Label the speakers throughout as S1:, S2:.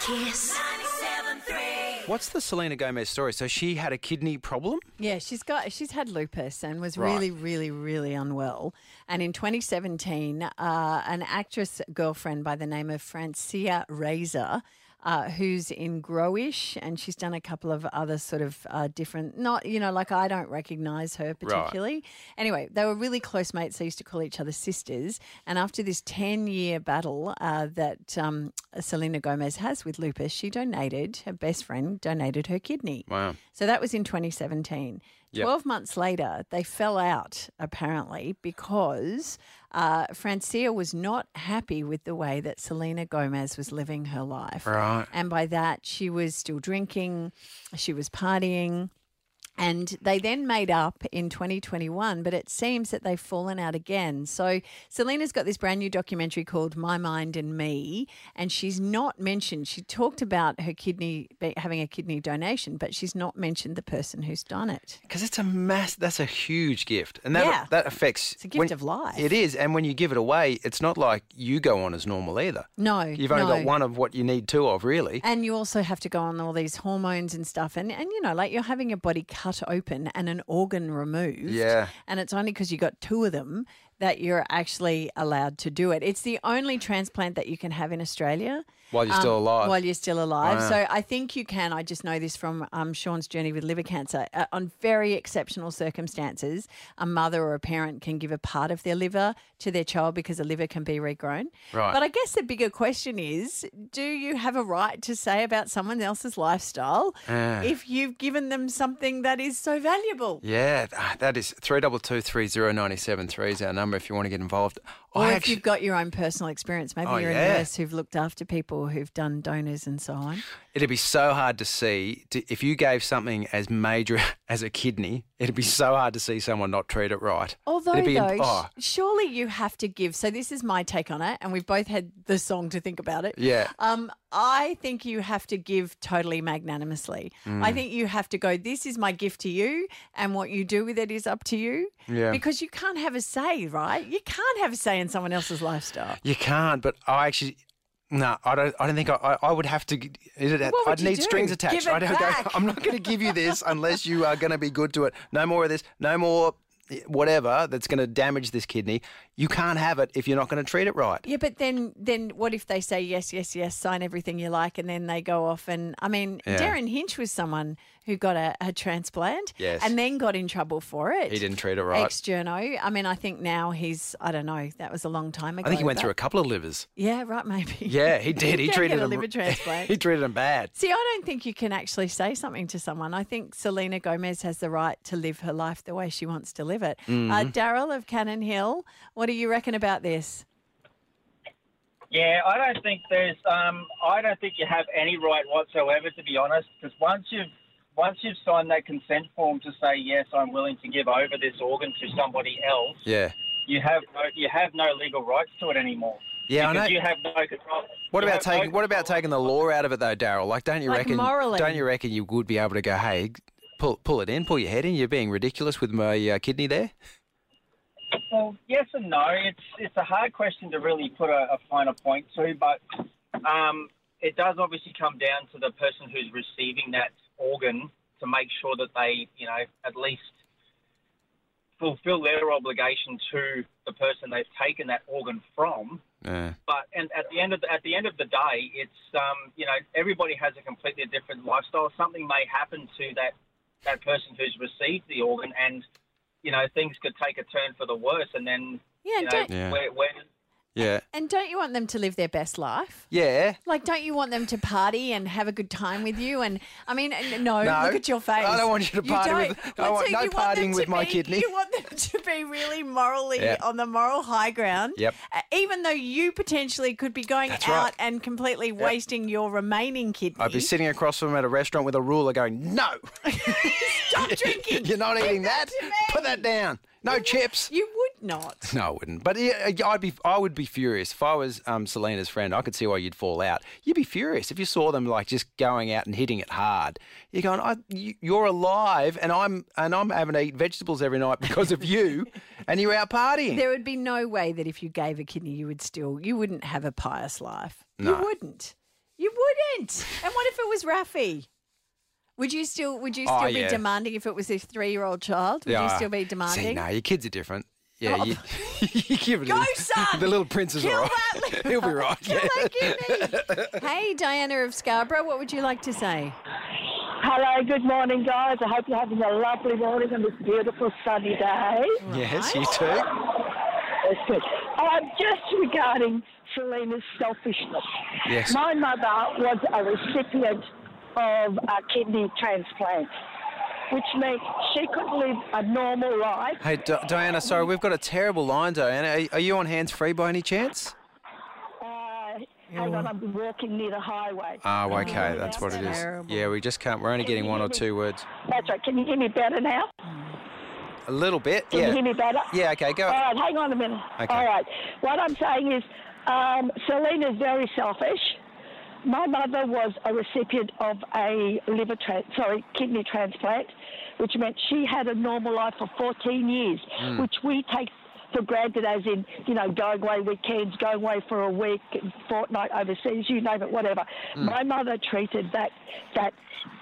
S1: Kiss.
S2: What's the Selena Gomez story? So she had a kidney problem?
S3: Yeah, she's got she's had lupus and was really, really, really unwell. And in 2017, uh, an actress girlfriend by the name of Francia Razor, uh, who's in Growish, and she's done a couple of other sort of uh, different, not you know, like I don't recognise her particularly. Anyway, they were really close mates. They used to call each other sisters. And after this 10 year battle uh, that um, Selena Gomez has with lupus, she donated, her best friend donated her kidney.
S2: Wow.
S3: So that was in 2017.
S2: Yep.
S3: 12 months later, they fell out apparently because uh, Francia was not happy with the way that Selena Gomez was living her life.
S2: Right.
S3: And by that, she was still drinking, she was partying. And they then made up in 2021, but it seems that they've fallen out again. So Selena's got this brand new documentary called My Mind and Me, and she's not mentioned. She talked about her kidney be- having a kidney donation, but she's not mentioned the person who's done it.
S2: Because it's a mass. That's a huge gift, and that
S3: Yeah.
S2: that affects.
S3: It's a gift of life.
S2: It is, and when you give it away, it's not like you go on as normal either.
S3: No,
S2: You've only
S3: no.
S2: got one of what you need two of, really.
S3: And you also have to go on all these hormones and stuff. And, and you know, like you're having your body cut open and an organ removed.
S2: Yeah.
S3: And it's only because you got two of them that you're actually allowed to do it. It's the only transplant that you can have in Australia.
S2: While you're still alive.
S3: Um, While you're still alive. So I think you can. I just know this from um, Sean's journey with liver cancer. Uh, on very exceptional circumstances, a mother or a parent can give a part of their liver to their child because the liver can be regrown.
S2: Right.
S3: But I guess the bigger question is do you have a right to say about someone else's lifestyle
S2: Yeah.
S3: if you've given them something that is so valuable?
S2: yeah, th- ah, that is three double two three zero ninety seven three is our number if you want to get involved.
S3: Or if you've got your own personal experience, maybe
S2: Oh,
S3: you're
S2: yeah.
S3: a nurse who've looked after people who've done donors and so on.
S2: It'd be so hard to see to, if you gave something as major as a kidney. It'd be so hard to see someone not treat it right.
S3: Although,
S2: it'd be
S3: though,
S2: imp- oh,
S3: sh- surely you have to give. So this is my take on it, and we've both had the song to think about it.
S2: Yeah.
S3: Um, I think you have to give totally magnanimously. I
S2: Mm.
S3: think you have to go. This is my gift to you, and what you do with it is up to you.
S2: Yeah.
S3: Because you can't have a say, right? You can't have a say in someone else's lifestyle.
S2: you can't. But I actually. No, I don't. I don't think I. I, I would have to. g- Is it?
S3: What would
S2: I'd
S3: you
S2: need
S3: do?
S2: strings attached.
S3: Give it
S2: I don't.
S3: back.
S2: Go, I'm not going to give you this unless you are going to be good to it. No more of this. No more eh, whatever that's going to damage this kidney. You can't have it if you're not going to treat it right.
S3: Yeah, but then then what if they say yes, yes, yes, sign everything you like, and then they go off and I mean,
S2: Yeah.
S3: Darren Hinch was someone who got a, a transplant,
S2: Yes.
S3: and then got in trouble for it.
S2: He didn't treat it right.
S3: Ex journo. I mean, I think now he's I don't know. That was a long time ago.
S2: I think he went
S3: but-
S2: through a couple of livers.
S3: Yeah, right. Maybe.
S2: Yeah, he did. He
S3: Don't
S2: treated
S3: get a
S2: him-
S3: liver transplant.
S2: he treated him bad.
S3: See, I don't think you can actually say something to someone. I think Selena Gomez has the right to live her life the way she wants to live it.
S2: Mm-hmm.
S3: Uh, Daryl of Cannon Hill, what do you reckon about this?
S4: Yeah, I don't think there's. Um, I don't think you have any right whatsoever, to be honest. Because once you've once you've signed that consent form to say yes, I'm willing to give over this organ to somebody else,
S2: Yeah.
S4: you have no, you have no legal rights to it anymore.
S2: Yeah, I
S4: because
S2: know.
S4: You have no control.
S2: What
S4: you
S2: about
S4: have no
S2: taking What about
S4: control.
S2: taking the law out of it though, Daryl? Like, don't you
S3: Like
S2: reckon?
S3: morally.
S2: Don't you reckon you would be able to go, hey, pull pull it in, pull your head in? You're being ridiculous with my uh, kidney there.
S4: Well, yes and no. It's it's a hard question to really put a, a finer point to, but um, it does obviously come down to the person who's receiving that organ to make sure that they, you know, at least fulfil their obligation to the person they've taken that organ from.
S2: Yeah.
S4: But and at the end of the, at the end of the day, it's um, you know everybody has a completely different lifestyle. Something may happen to that that person who's received the organ, and you know things could take a turn for the worse. And then
S3: Yeah,
S4: you know,
S3: don't-
S2: Yeah.
S4: where, where,
S2: Yeah.
S3: And don't you want them to live their best life?
S2: Yeah.
S3: Like, don't you want them to party and have a good time with you? And I mean, n- no,
S2: No,
S3: look at your face.
S2: I don't want you to party with- I
S3: Well,
S2: want
S3: so
S2: no
S3: you want them
S2: partying
S3: to
S2: with my
S3: be-
S2: kidney.
S3: You want them to be really morally
S2: Yeah.
S3: on the moral high ground.
S2: Yep.
S3: uh, even though you potentially could be going
S2: That's
S3: out
S2: right.
S3: and completely wasting your remaining kidney.
S2: I'd be sitting across from him at a restaurant with a ruler, going, "No,
S3: Stop drinking.
S2: you're not eating that.
S3: to me.
S2: Put that down. No chips."
S3: you would not.
S2: No, I wouldn't. But yeah, I'd be, I would be furious if I was um, Selena's friend. I could see why you'd fall out. You'd be furious if you saw them like just going out and hitting it hard. You're going, I, you, you're alive, and I'm and I'm having to eat vegetables every night because of you, and you're out partying.
S3: There would be no way that if you gave a kidney, you would still you wouldn't have a pious life.
S2: No.
S3: You wouldn't. You wouldn't. And what if it was Rafi? Would you still would you still
S2: Oh,
S3: be
S2: yeah.
S3: demanding if it was a three year old child? Would you
S2: Yeah.
S3: still be demanding? Oh.
S2: See, no, your kids are different. Yeah, you, you give it.
S3: Go,
S2: a-
S3: son!
S2: The little prince is
S3: Kill
S2: all right.
S3: that
S2: He'll be right.
S3: Kill
S2: yeah.
S3: that kidney. hey, Diana of Scarborough, what would you like to say?
S1: Hello, good morning, guys. I hope you're having a lovely morning on this beautiful sunny day.
S2: Yes,
S3: Right?
S2: you too.
S1: That's good. Um, just regarding Selena's selfishness.
S2: Yes.
S1: My mother was a recipient of a kidney transplant, which meant she could live a normal life.
S2: Hey, Di Diana. Sorry, we've got a terrible line, Diana. Are, are you on hands free by any chance?
S1: Uh, hang on, I'm walking near the highway.
S2: Oh, okay, that's what it is.
S3: terrible.
S2: Yeah, we just can't. We're only getting one or two words.
S1: That's right. Can you hear me better now?
S2: A little bit.
S1: Can
S2: yeah.
S1: you hear me better?
S2: Yeah. Okay. Go.
S1: All right, hang on a minute.
S2: Okay.
S1: All right. What I'm saying is, um, Selena's very selfish. My mother was a recipient of a liver, tra- sorry, kidney transplant, which meant she had a normal life for 14 years, which we take for granted, as in, you know, going away weekends, going away for a week, fortnight overseas, you name it, whatever. My mother treated that that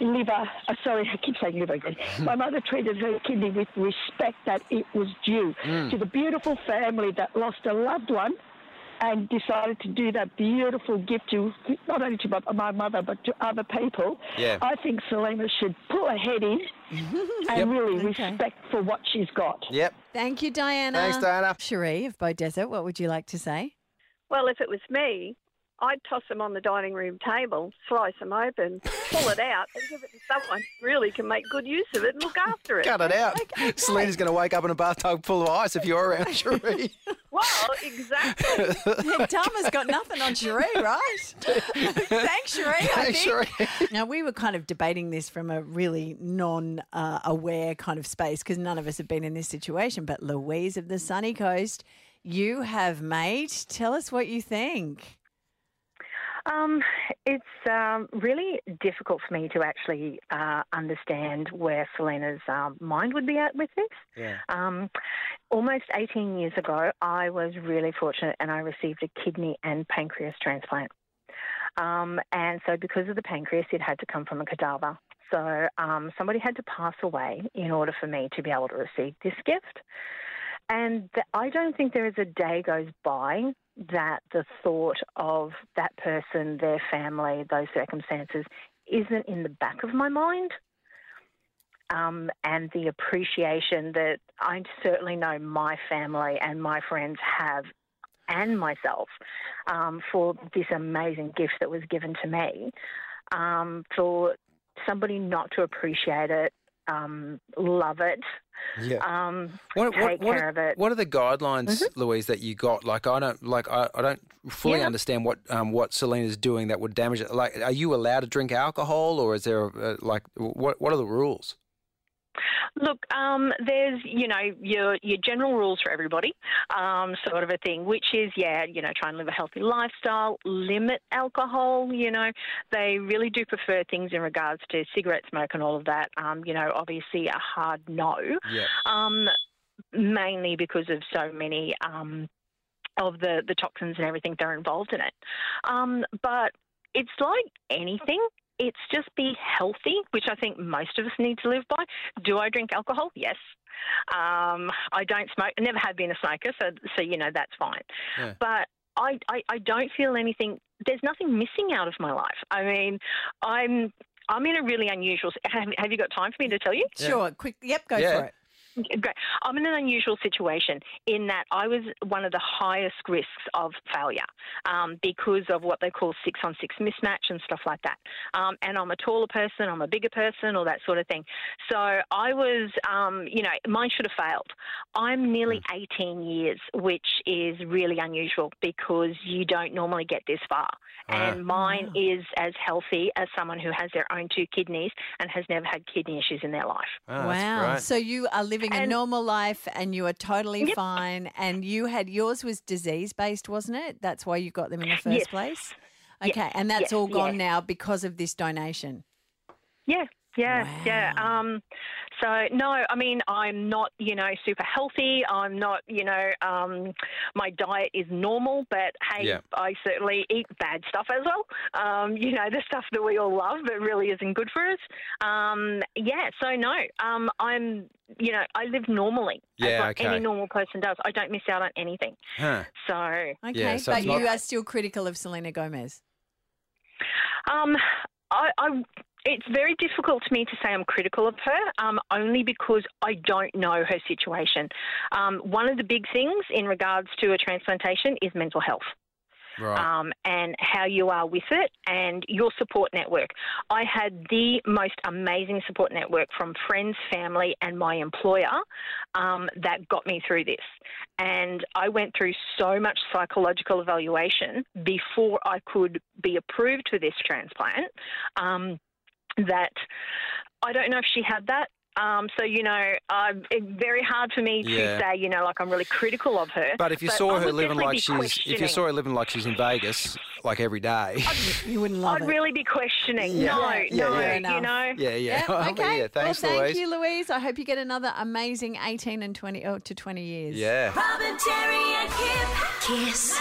S1: liver, uh, sorry, I keep saying liver again. My mother treated her kidney with respect that it was due to the beautiful family that lost a loved one and decided to do that beautiful gift to not only to my, my mother but to other people.
S2: Yeah.
S1: I think Selena should pull her head in and really
S3: Okay.
S1: respect for what she's got.
S2: Yep.
S3: Thank you, Diana.
S2: Thanks, Diana.
S3: Cherie of Bow Desert, what would you like to say?
S5: Well, if it was me, I'd toss them on the dining room table, slice them open, pull it out, and give it to someone who really can make good use of it and look after it.
S2: Cut it out. Selena's going to wake up in a bathtub full of ice if you're around, Cherie.
S5: Well, exactly.
S3: Tama's got nothing on Cherie, right? Thanks, Cherie. I
S2: Thanks,
S3: think.
S2: Cherie.
S3: Now, we were kind of debating this from a really non uh, aware kind of space because none of us have been in this situation. But Louise of the Sunny Coast, you have, mate. Tell us what you think.
S6: Um, it's um, really difficult for me to actually uh, understand where Selena's um, mind would be at with this.
S2: Yeah.
S6: Um, almost 18 years ago, I was really fortunate and I received a kidney and pancreas transplant. Um, and so, because of the pancreas, it had to come from a cadaver. So, um, somebody had to pass away in order for me to be able to receive this gift. And th- I don't think there is a day goes by that the thought of that person, their family, those circumstances isn't in the back of my mind. Um, and the appreciation that I certainly know my family and my friends have, and myself, um, for this amazing gift that was given to me. Um, for somebody not to appreciate it, um, love it,
S2: Yeah.
S6: um,
S2: What,
S6: take
S2: what
S6: care
S2: are,
S6: of it.
S2: What are the guidelines,
S3: Mm-hmm.
S2: Louise, that you got? Like, I don't like, I, I don't fully
S6: Yeah.
S2: understand what um, what Selena's doing that would damage it. Like, are you allowed to drink alcohol, or is there uh, like, what what are the rules?
S6: Look, um, there's you know your your general rules for everybody, um, sort of a thing, which is yeah, you know, try and live a healthy lifestyle, limit alcohol. You know, they really do prefer things in regards to cigarette smoke and all of that. Um, you know, obviously a hard no,
S2: Yeah.
S6: um, mainly because of so many um, of the the toxins and everything that are involved in it. Um, but it's like anything. It's just be healthy, which I think most of us need to live by. Do I drink alcohol? Yes. Um, I don't smoke. I never have been a smoker, so so you know that's fine.
S2: Yeah.
S6: But I, I I don't feel anything. There's nothing missing out of my life. I mean, I'm I'm in a really unusual. s- Have, have you got time for me to tell you?
S2: Yeah.
S3: Sure, quick. Yep, go
S2: Yeah.
S3: for it.
S6: Great. I'm in an unusual situation in that I was one of the highest risks of failure um, because of what they call six on six mismatch and stuff like that. Um, and I'm a taller person, I'm a bigger person, all that sort of thing. So I was, um, you know, mine should have failed. I'm nearly 18 years, which is really unusual because you don't normally get this far.
S2: Ah.
S3: Um,
S6: And mine is as healthy as someone who has their own two kidneys and has never had kidney issues in their life.
S2: Ah, that's
S3: wow.
S2: great.
S3: So you are living a
S6: And-
S3: normal life and you are totally
S6: Yep.
S3: fine. And you had yours was disease based, wasn't it? That's why you got them in the first
S6: Yes.
S3: place.
S6: Yes.
S3: Okay. And that's
S6: Yes,
S3: all gone
S6: yes.
S3: now because of this donation.
S6: Yeah, yeah, yeah.
S3: Wow.
S6: Um, So no, I mean I'm not you know super healthy. I'm not you know um, my diet is normal, but hey,
S2: Yeah.
S6: I certainly eat bad stuff as well. Um, you know the stuff that we all love, but really isn't good for us. Um, yeah, so no, um, I'm you know I live normally.
S2: Yeah,
S6: as like
S2: okay.
S6: any normal person does. I don't miss out on anything.
S2: Huh.
S6: So
S3: Okay,
S2: Yeah, so
S3: but
S2: it's
S3: you
S2: not-
S3: are still critical of Selena Gomez.
S6: Um, I, I, it's very difficult to me to say I'm critical of her, um, only because I don't know her situation. Um, one of the big things in regards to a transplantation is mental health
S2: Right.
S6: um, and how you are with it and your support network. I had the most amazing support network from friends, family, and my employer um, that got me through this. And I went through so much psychological evaluation before I could be approved for this transplant um, that I don't know if she had that. Um, so you know, uh, it's very hard for me to
S2: Yeah.
S6: say, you know, like I'm really critical of her.
S2: but if you
S6: but
S2: saw
S6: I
S2: her
S6: would
S2: living
S6: definitely
S2: like
S6: be
S2: she's, if you
S6: questioning.
S2: saw her living like she's in Vegas, like every day.
S3: You wouldn't love
S6: I'd
S3: it.
S6: really be questioning.
S3: Yeah.
S6: No,
S3: Yeah,
S6: no,
S2: yeah.
S6: you know.
S2: yeah, Oh, yeah.
S3: Yeah, okay.
S2: yeah, thanks,
S3: well, thank
S2: Louise.
S3: you, Louise. I hope you get another amazing 18 and 20 oh, to 20 years.
S2: Yeah.
S7: Robin, Terry, and Kip. Kiss.